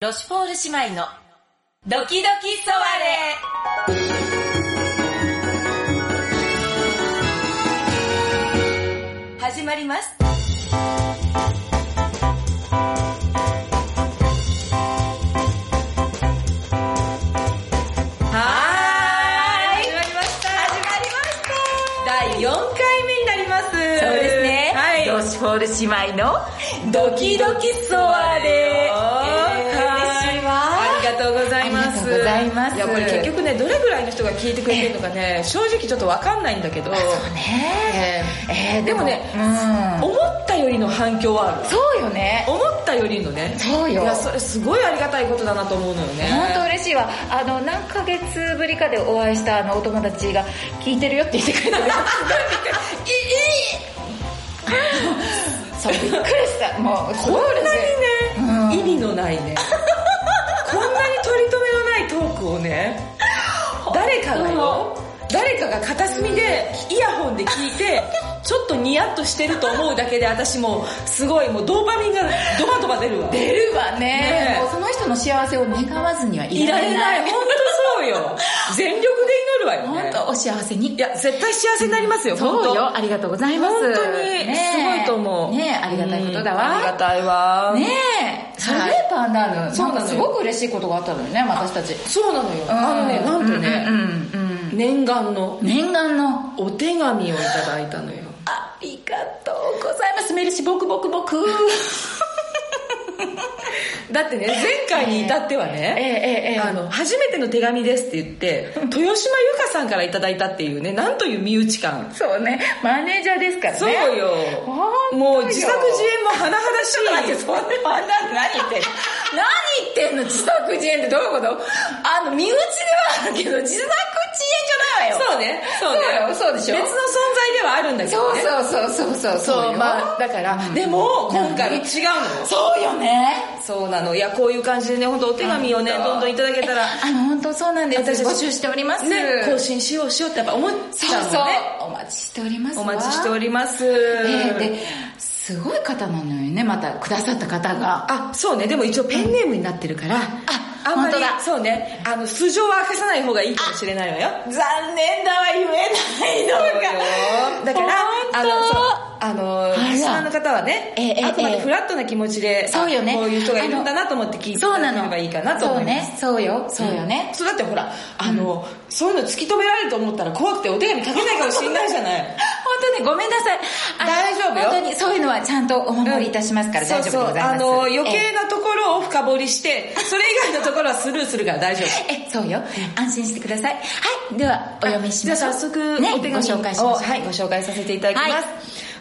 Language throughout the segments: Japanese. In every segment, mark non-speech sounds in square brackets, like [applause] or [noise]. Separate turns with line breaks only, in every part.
ロシュポール姉妹のドキドキソワレ始まります。はーい。始まりました。
始まりました。第4回目になります。そう
そうですね。
はい。
ロシュポール姉妹のドキドキソワレ。えー嬉しいわ
ありがとうございます。
ありがとうございます
や、これ結局ね、どれぐらいの人が聞いてくれてるのかね、正直ちょっとわかんないんだけど。
ねえー
でもね、
うん
思ったよりの反響はある。
そうよね。
思ったよりのね。
そうよ
いや、それすごいありがたいことだなと思うのよね。
本当嬉しいわあの何ヶ月ぶりかでお会いしたあのお友達が聞いてるよって言ってくれたんですいいそうびっくりしたもう
こんな
うん
にね、意味のないね。こんなに取り留めのないトークをね、誰かがよ、誰かが片隅でイヤホンで聞いて、ちょっとニヤッとしてると思うだけで私もすごいもうドーパミンがドバドバ出るわ。
出るわね
ねえ
もうその人の幸せを願わずにはい
い
ら
ら
れ
れ
な
ないい、本当そうよ。全力で祈るわよ
本
ね。
当お幸せに
いや、絶対幸せになりますよ、本
そ
当
うよありがとうございます
本当に、
ねえ
すごいと思う。
ねえありがたいことだ
うん
わ
ありがたいわ。
ねえそれでパンダーヌ
そう
な
なんのよ
かすごく嬉しいことがあったのよね私たち
そうなのよ。あのね、なんとね、
うんうんうん
念願の
念願の
お手紙をいただいたのよ。
ありがとうございますメルシボクボクボク
だってね、前回に至ってはね、
ええええ
あの、初めての手紙ですって言って、豊島由香さんからいただいたっていうね、なんという身内感。
そうねマネージャーですからね
そうよ。もう自作自演も甚だしい。
そんなパンダーヌ何言ってんの何言ってんの自作自演ってどういうことあの身内ではあるけど自作自演じゃないわよ
そうね、そうね。
そうよそうでしょ
別の存在ではあるんだけどね。
そうそうそうそうそう
そう
よ
まあ、だから、でも、今回は違うのよ。
そうよね
そうなの。いや、こういう感じでね、本当お手紙をね、
本当
どんどんいただけたら、
あの本当そうなんです
私たち
募集しております
ね、更新しようしようってやっぱ思っ
そう
ちゃうの
そう
ね。
お待ちしておりますわ
お待ちしております。
えーですごい方なのよねまたくださった方が
あ、そうね。でも一応ペンネームになってるから。ああんまり
本当だ
そうね。あの、素性は明かさない方がいいかもしれないわよ。
残念だわ言え
そうよだから、あの、そう、あの、
ら
リスナーの方はね
ええええ、
あくまでフラットな気持ちで、
そうよね
あこういう人がいるんだなと思って聞いて
そうな
れ
の
ばいいかなと思います。
そうねそうよそうよね、
そうだってほら、あの、そういうの突き止められると思ったら怖くてお手紙書けないかもしれないじゃない。
本当にごめんなさいあの
大丈夫よ
本当にそういうのはちゃんとお守りいたしますから、
そ
大
う
丈
そう
夫でございます
あの、余
え
計なところを深掘りして、それ以外のところはスルーするから大丈夫。
ええそうよ安心してくださいはいではお読みしましょう
じゃあ早速、
ね
お手紙
ご紹介しま
を
しょう
はい、ご紹介させていただきます。
はい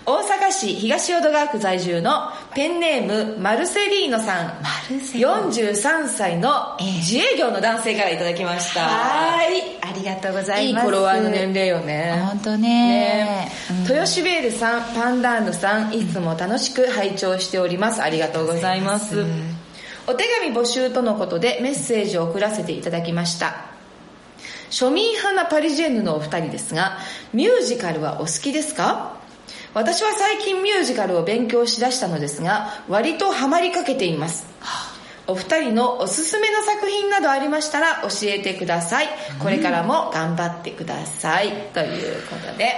大阪市東淀川区在住のペンネームマルセリーノさん。
マルセリーノ
43歳の
ええ
自営業の男性からいただきました。
はいありがとうござ
い
い
い
ます
頃合いの年齢よね。
本当
ね
ね
豊シベールさん、パンダーヌさん、いつも楽しく拝聴しております。ありがとうございます。お手紙募集とのことでメッセージを送らせていただきました。庶民派なパリジェンヌのお二人ですが、ミュージカルはお好きですか私は最近ミュージカルを勉強しだしたのですが、割とハマりかけています。お二人のおすすめの作品などありましたら教えてください。これからも頑張ってください。ということで、はい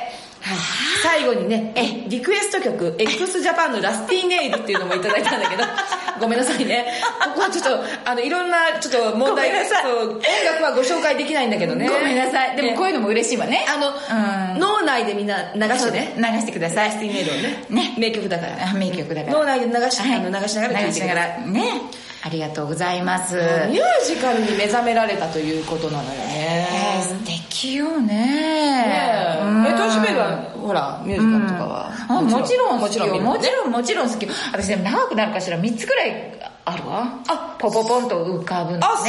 最後にね、え、リクエスト曲、x ジャパンのラスティーネイルっていうのもいただいたんだけど、 [laughs] ごめんなさいね。ここはちょっと、あの、いろんな、ちょっと問題
ごめんなさい
そう音楽はご紹介できないんだけどね。
ごめんなさいでもこういうのも嬉しいわね
あの、
うん
脳内でみんな流してね。
流してくださ
ラ
い
スティーネイルをね。
ね
名曲だから。
あ名曲だから
脳内で流し,、
はい
あの流しながら聴いてください。
流しながらねありがとうございます、
ミュージカルに目覚められたということなのよね。
えー素敵よね
ねえ
うん
え、トシベルは、ほら、ミュージカルとかは。
あもちろん好
も
き
ちろん
よ
見る
も
の
ち
ね。
ろんもちろん好きよ私でも長くなるかしら3つくらいあるわ
あ
ポポポンと浮かぶのね
あ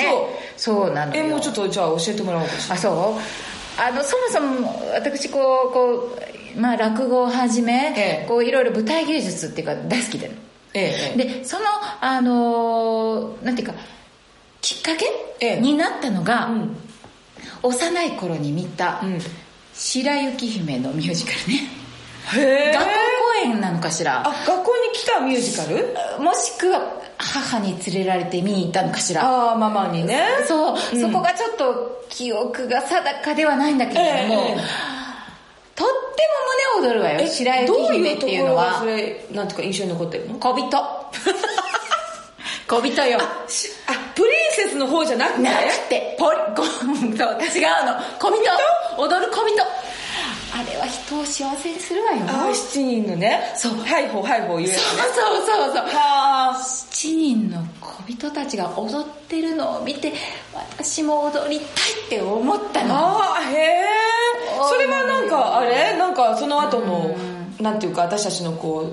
そうなの
え、
よ
もうちょっと、じゃあ教えてもらおうかしら。
あそうあのそもそも私こうこう、まあ、落語をはじめ、
ええ
こういろいろ舞台芸術っていうか大好きで
ええええ
でそのあのーなんていうかきっかけ、
ええ
になったのが、
ん
幼い頃に見た、
うん
白雪姫のミュージカルね、
へえ。
学校公演なのかしら
あ、学校に来たミュージカル
もしくは母に連れられて見に行ったのかしら
ああ、ママにね。
そう、そこがちょっと記憶が定かではないんだけれども、
ええええ
とっても胸躍るわよ白雪姫っていうのは
どういうところがそれ、なんていうか印象に残ってるの
小人
[laughs]
小人よ
しあ、プリンセスの方じゃなくて
なくてポリコンと違うの小人踊る小人あれは人を幸せにするわよ
ああ、七人のね。そう。はいほうはいほう言うやつね。
そうそうそう
はあ。
7人の小人たちが踊ってるのを見て私も踊りたいって思ったの
ああ、へえ。それはなんか、あれなんかその後の、なんていうか私たちのこ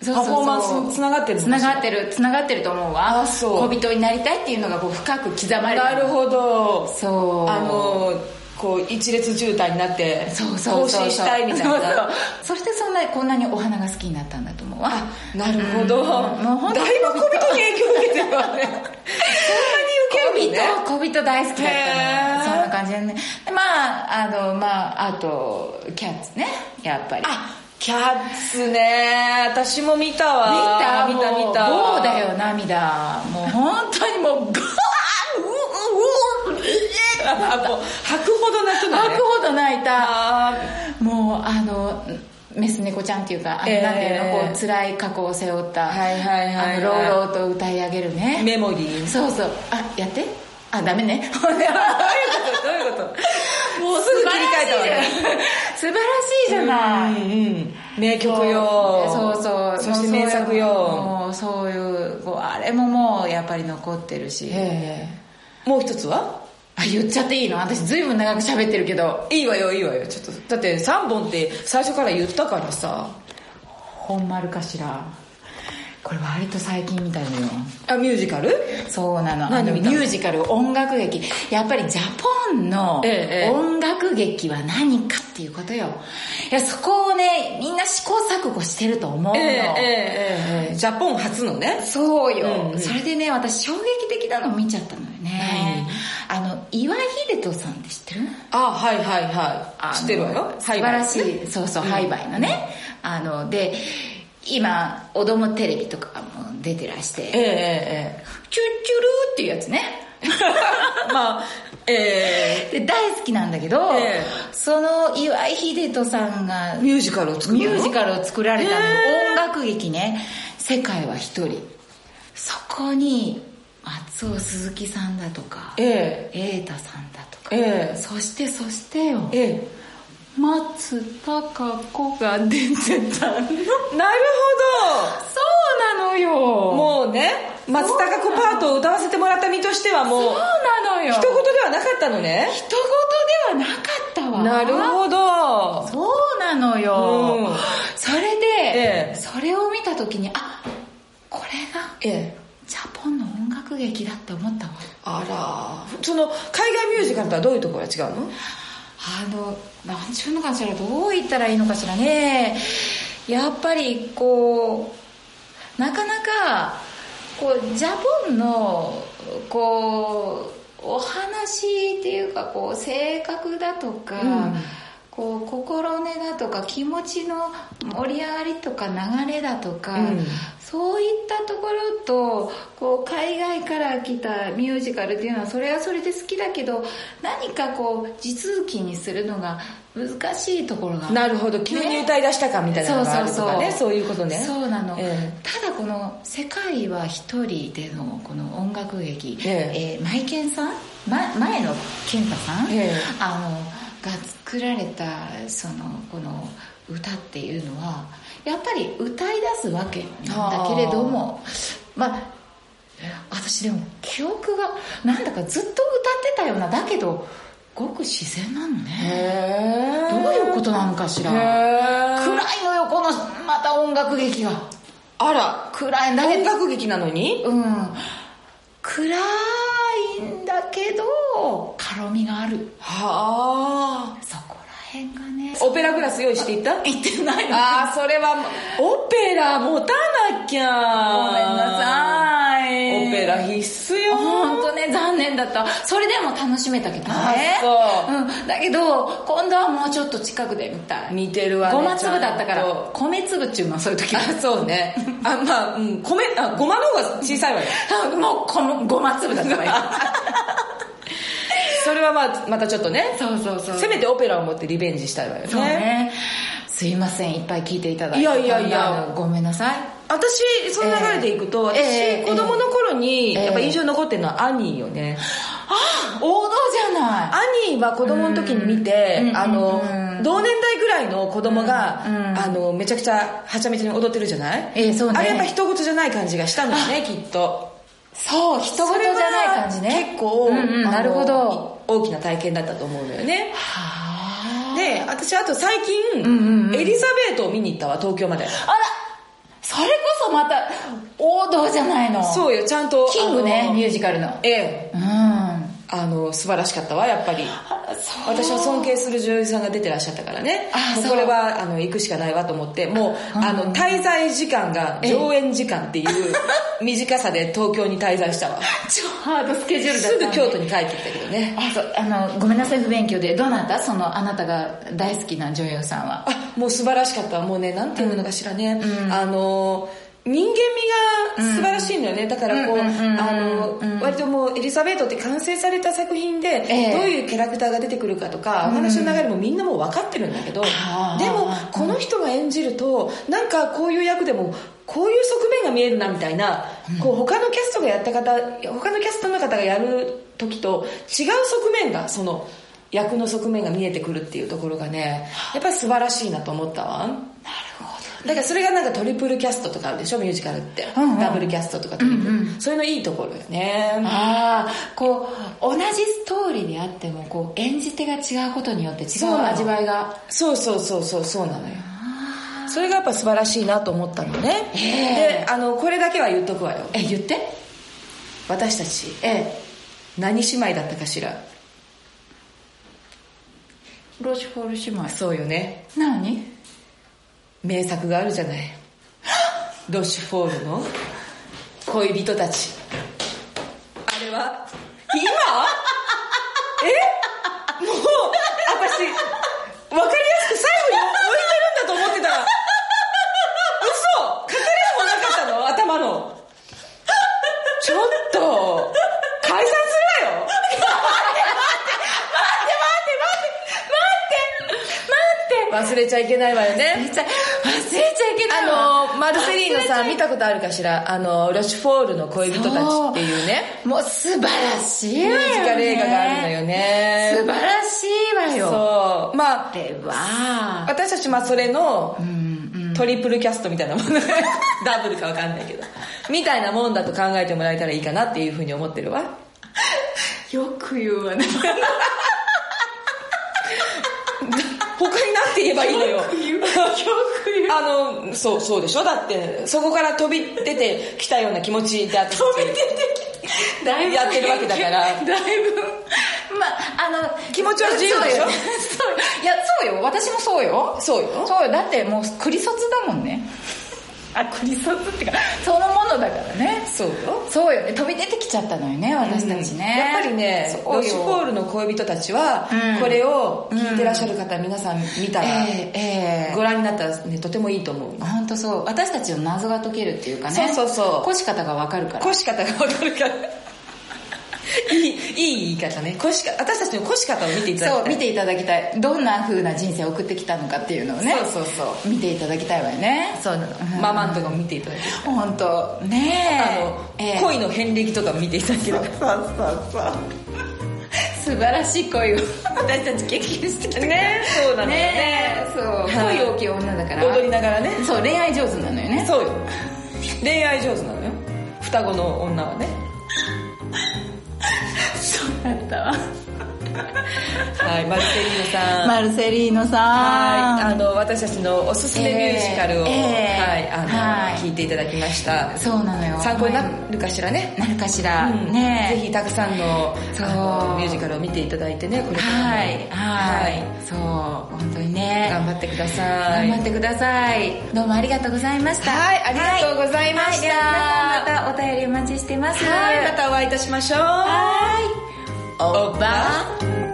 う、
そう
パ
そうそう
フォーマンスにつながってるの
つながってるつながってると思うわ
あそう
小人になりたいっていうのがこう深く刻まれ
な
て
るほど。
そう
あのこう一列渋滞になって
そうそう [laughs] そうそう
行進したいみたいな
そうそうそしてそんなこんなにお花が好きになったんだと思うわ
なるほど、
うんもう本当
だ
に
いぶ小人に影響を受けてる
[laughs]
わねそんなに受け
小
るのね
人小人大好きだった
へー
のそんな感じでねでまああのまああとキャッツねやっぱり
あキャッツね私も見たわ
見た
見
も
た
う
見た
棒だよ涙もう本当にもうグワーンうううう
あもう吐くほど [laughs] 泣くの
泣
ね
くほど泣いた
あ
もうあのメス猫ちゃんっていうか、あの
えー
なんていうのこう辛い過去を背負った、
はいはいはいはい
あの朗々と歌い上げる
ー
ね
メモリー
そうそうあやってあダメね
どういうことどういうこともう [laughs] すぐ切り替えたわね
[laughs] 素晴らしいじゃない、
うんうん名曲よ
そうそう
そして名作よ
もうそういうこうあれももうやっぱり残ってるし
ええもう一つは
あ言っちゃっていいの私ずいぶん長く喋ってるけど
いいわよいいわよちょっとだって3本って最初から言ったからさ
本丸かしらこれ割と最近みたいのよ
あミュージカル
そうなのあ
何
の
見
ミ
たの
ュージカル音楽劇やっぱりジャポンの
ええ
音楽劇は何かっていうことよいやそこをねみんな試行錯誤してると思うの、
ええええええジャポン初のね
そうよ、
うんうん
それでね私衝撃的なの見ちゃったのよね、あの岩井秀人さんって知ってる
あはいはいは
あの
い知ってるわよ
素晴らし、
はい
そうそう、ハイバイのね。あの、で、今、おどもテレビとかも出てらし
え
て、
ええ
チュッチュルーっていうやつね。
えええまあえ
で、大好きなんだけど
ええ、
その岩井秀人さんが
えミュージカルを作る
ミ
の
ュージカルを作られたのよ
え
音楽劇ね「世界は一人」そこに松尾鈴木さんだとか
え
瑛太さんだとか、
ええ
そしてそしてよ
ええ
松たか子が出てたの [laughs]
えなる
そうなのよ
ほどもうね松たか子パートを歌わせてもらった身としてはもう
そうなのよ
一言ではなかったのね
一言ではなかったわ
なるほど
そうなのよ、
うん
それで、
ええ
それを見た時にあこれが
ええ
ジャポンの音楽劇だって思ったわ
あらその海外ミュージカルとはどういうところが違うの
あのなんちゅうのかしらどう言ったらいいのかしらねやっぱりこうなかなかこうジャポンのこうお話っていうかこう性格だとか、
うん
こう心根だとか気持ちの盛り上がりとか流れだとか、
うん
そういったところとこう海外から来たミュージカルっていうのはそれはそれで好きだけど何かこう地続きにするのが難しいところがある
なるほど急に歌い出したかみたいなのがあるとかねそういうことね
そうなの、
え
ただこの「世界は一人」でのこの音楽劇、
え
えーマイケンさん、ま、前の健太さん、
ええ
あのが作られたそのこの歌っていうのはやっぱり歌い出すわけなんだけれどもまあ私でも記憶がなんだかずっと歌ってたようなだけどごく自然なのね
へ
どう
ー
いうことなのかしら
へ
暗い
ー
のよこのまた音楽劇が
あら
暗いんだけ
音
ど
楽劇なのに
うん暗いんだけど軽みがある
はあ
そこら辺がね
オペラグラス用意していった
言ってないの
ああそれはオペラ持たなきゃ
ごめんなさい
オペラ必須よ
本当とね残念だったそれでも楽しめたけど
あ
ね
そう
うん、だけど今度はもうちょっと近くで見たい
見てるわね
ごま粒だったか
ち
ら
ゃんと
米粒っちゅうのはそういう時は
あそうねあまあ、うん、米あごまの方が小さいわよ
多分もうこのごま粒だったわよ
それはまあまたちょっと
[laughs]
ね
そうそうそう
せめてオペラを持ってリベンジしたいわよね
そうねすいませんいっぱい聞いていただいて
いやいや
こん
いや
なのごめんなさい
私その流れでいくと、
ええええ
私子供の頃に
ええ
やっぱ印象に残ってるのはアニーよね、
王道じゃない
アニーは子供の時に見て、
うん
あの、
うん
同年代ぐらいの子供が、
うんうん
あのめちゃくちゃはちゃめちゃに踊ってるじゃない、
ええそうね
あれやっぱ人事じゃない感じがしたのよねきっと
そう人事じゃない感じ
それ
ね
は結構、
うんうん
あの
なるほど
大きな体験だったと思うのよね
はあ
で私あと最近、
んうんうん
エリザベートを見に行ったわ東京まで
あらそれこそまた王道じゃないの
そうよちゃんと
キングね
あの
ミュージカルの
ええ
うんあ
あの素晴らしかったわやっぱり
らそう
私は尊敬する女優さんが出てらっしゃったからね
あ
もう
そう
これはあの行くしかないわと思ってもうあの滞在時間が上演時間っていう [laughs] 短さで東京に滞在したわ
超ハードスケジュールだっ
す
た
ぐ
ね
京都に帰ってきたけどね
あそうあのごめんなさい不勉強でどうなったそのあなたが大好きな女優さんは
あもう素晴らしかったわもうねなんていうのかしらね、あの人間味が素晴らしいのよね、だからこう、
うんうんうんうん
あの割ともうエリザベートって完成された作品で、
ええ
どういうキャラクターが出てくるかとか、お話の流れもみんなもう分かってるんだけど、
あー
でもこの人が演じるとなんかこういう役でもこういう側面が見えるなみたいな、こう他のキャストがやった方他のキャストの方がやる時と違う側面がその役の側面が見えてくるっていうところがねやっぱり素晴らしいなと思ったわ
なるほど
だからそれがなんかトリプルキャストとかあるでしょミュージカルって、
うんうん
ダブルキャストとかトリプル、そういうのいいところよね
ああこう同じストーリーであってもこう演じ手が違うことによって違
う
う味わいが
そうそうそうそうそうなのよそれがやっぱ素晴らしいなと思ったのね、
ええ
であのこれだけは言っとくわよ
え言って
私たち
ええ
何姉妹だったかしら
ロシュフォール姉妹
そうよね
何
名作があるじゃないロシュフォールの恋人たちあれは
[laughs]
今えもう私分かりやすく最後に置いてるんだと思ってたら嘘かかれもなかったの頭のちょっと解散するわよ忘れちゃいけないわよね
忘れちゃ忘れちゃいけないわ
あのマルセリーノさん見たことあるかしらあのロシュフォールの恋人たちっていうね
もう素晴らしい
ミ
わ
ュ
よ、
ー
ね、
ジカル映画があるのよね
素晴らしいわよ
そうまあ
これは
私たちまあそれの
うんうん
トリプルキャストみたいなもん [laughs] ダブルかわかんないけどみたいなもんだと考えてもらえたらいいかなっていうふうに思ってるわ
よく言うわね
他になんて言えばいい
[laughs]
のよ
言うよく言う
あのそうそうでしょだってそこから飛び出てきたような気持ちで私たち
飛び出てきてだいぶ
やってるわけだから
だいぶまああの
気持ちは自由でしょ
そうよそういやそうよ私もそうよ
そうよ
そうよだってもうクリソツだもんねあクリソツってかそのものだからね
そうよ
そうよね飛び出てきちゃったのよね私たちね、
やっぱりね
そうよ
ロシュフォールの恋人たちは、
うん
これを聞いてらっしゃる方、皆さん見たら、
ええええ
ご覧になったら、ね、とてもいいと思う
本当そう私たちの謎が解けるっていうかね
そうそうそう
こし方がわかるから
こし方がわかるから [laughs] いいいい言い方ねこしか私たちのこし方を見ていただき
そ
た
う
い
見ていただきたいどんな風な人生を送ってきたのかっていうのをね
そうそうそう
見ていただきたいわよね
そうなのママンとかも見ていただきたい
本当ねえ
あの、
ええ
恋の遍歴とかも見ていただける
素晴らしい恋を私たち経験してきたから
ねそうなのよね
ねえそう、
はい
恋大きい女だから
踊りながらね
そう恋愛上手なのよね
そうよ恋愛上手なのよ双子の女はね
そうだったわ
はい、マルセリーノさん。
マルセリーノ
はい、
さ
あ
ん。
の私たちのおすすめミュージカル
えーえー
を、はい、あの、
はい
聞いていただきました。
そうなのよ。
参考になるかしらね。
なるかしら。
うん
ね
ぜひたくさんの
そう
あのミュージカルを見ていただいてね、これからも
はい、は。
はい
そう、本当にね。
頑張ってください。
頑張ってください。どうもありがとうございました。
はいありがとうございました
はいはい皆さんまたお便りお待ちしてます。
はい、またお会いいたしましょう。
はい。
おば
ば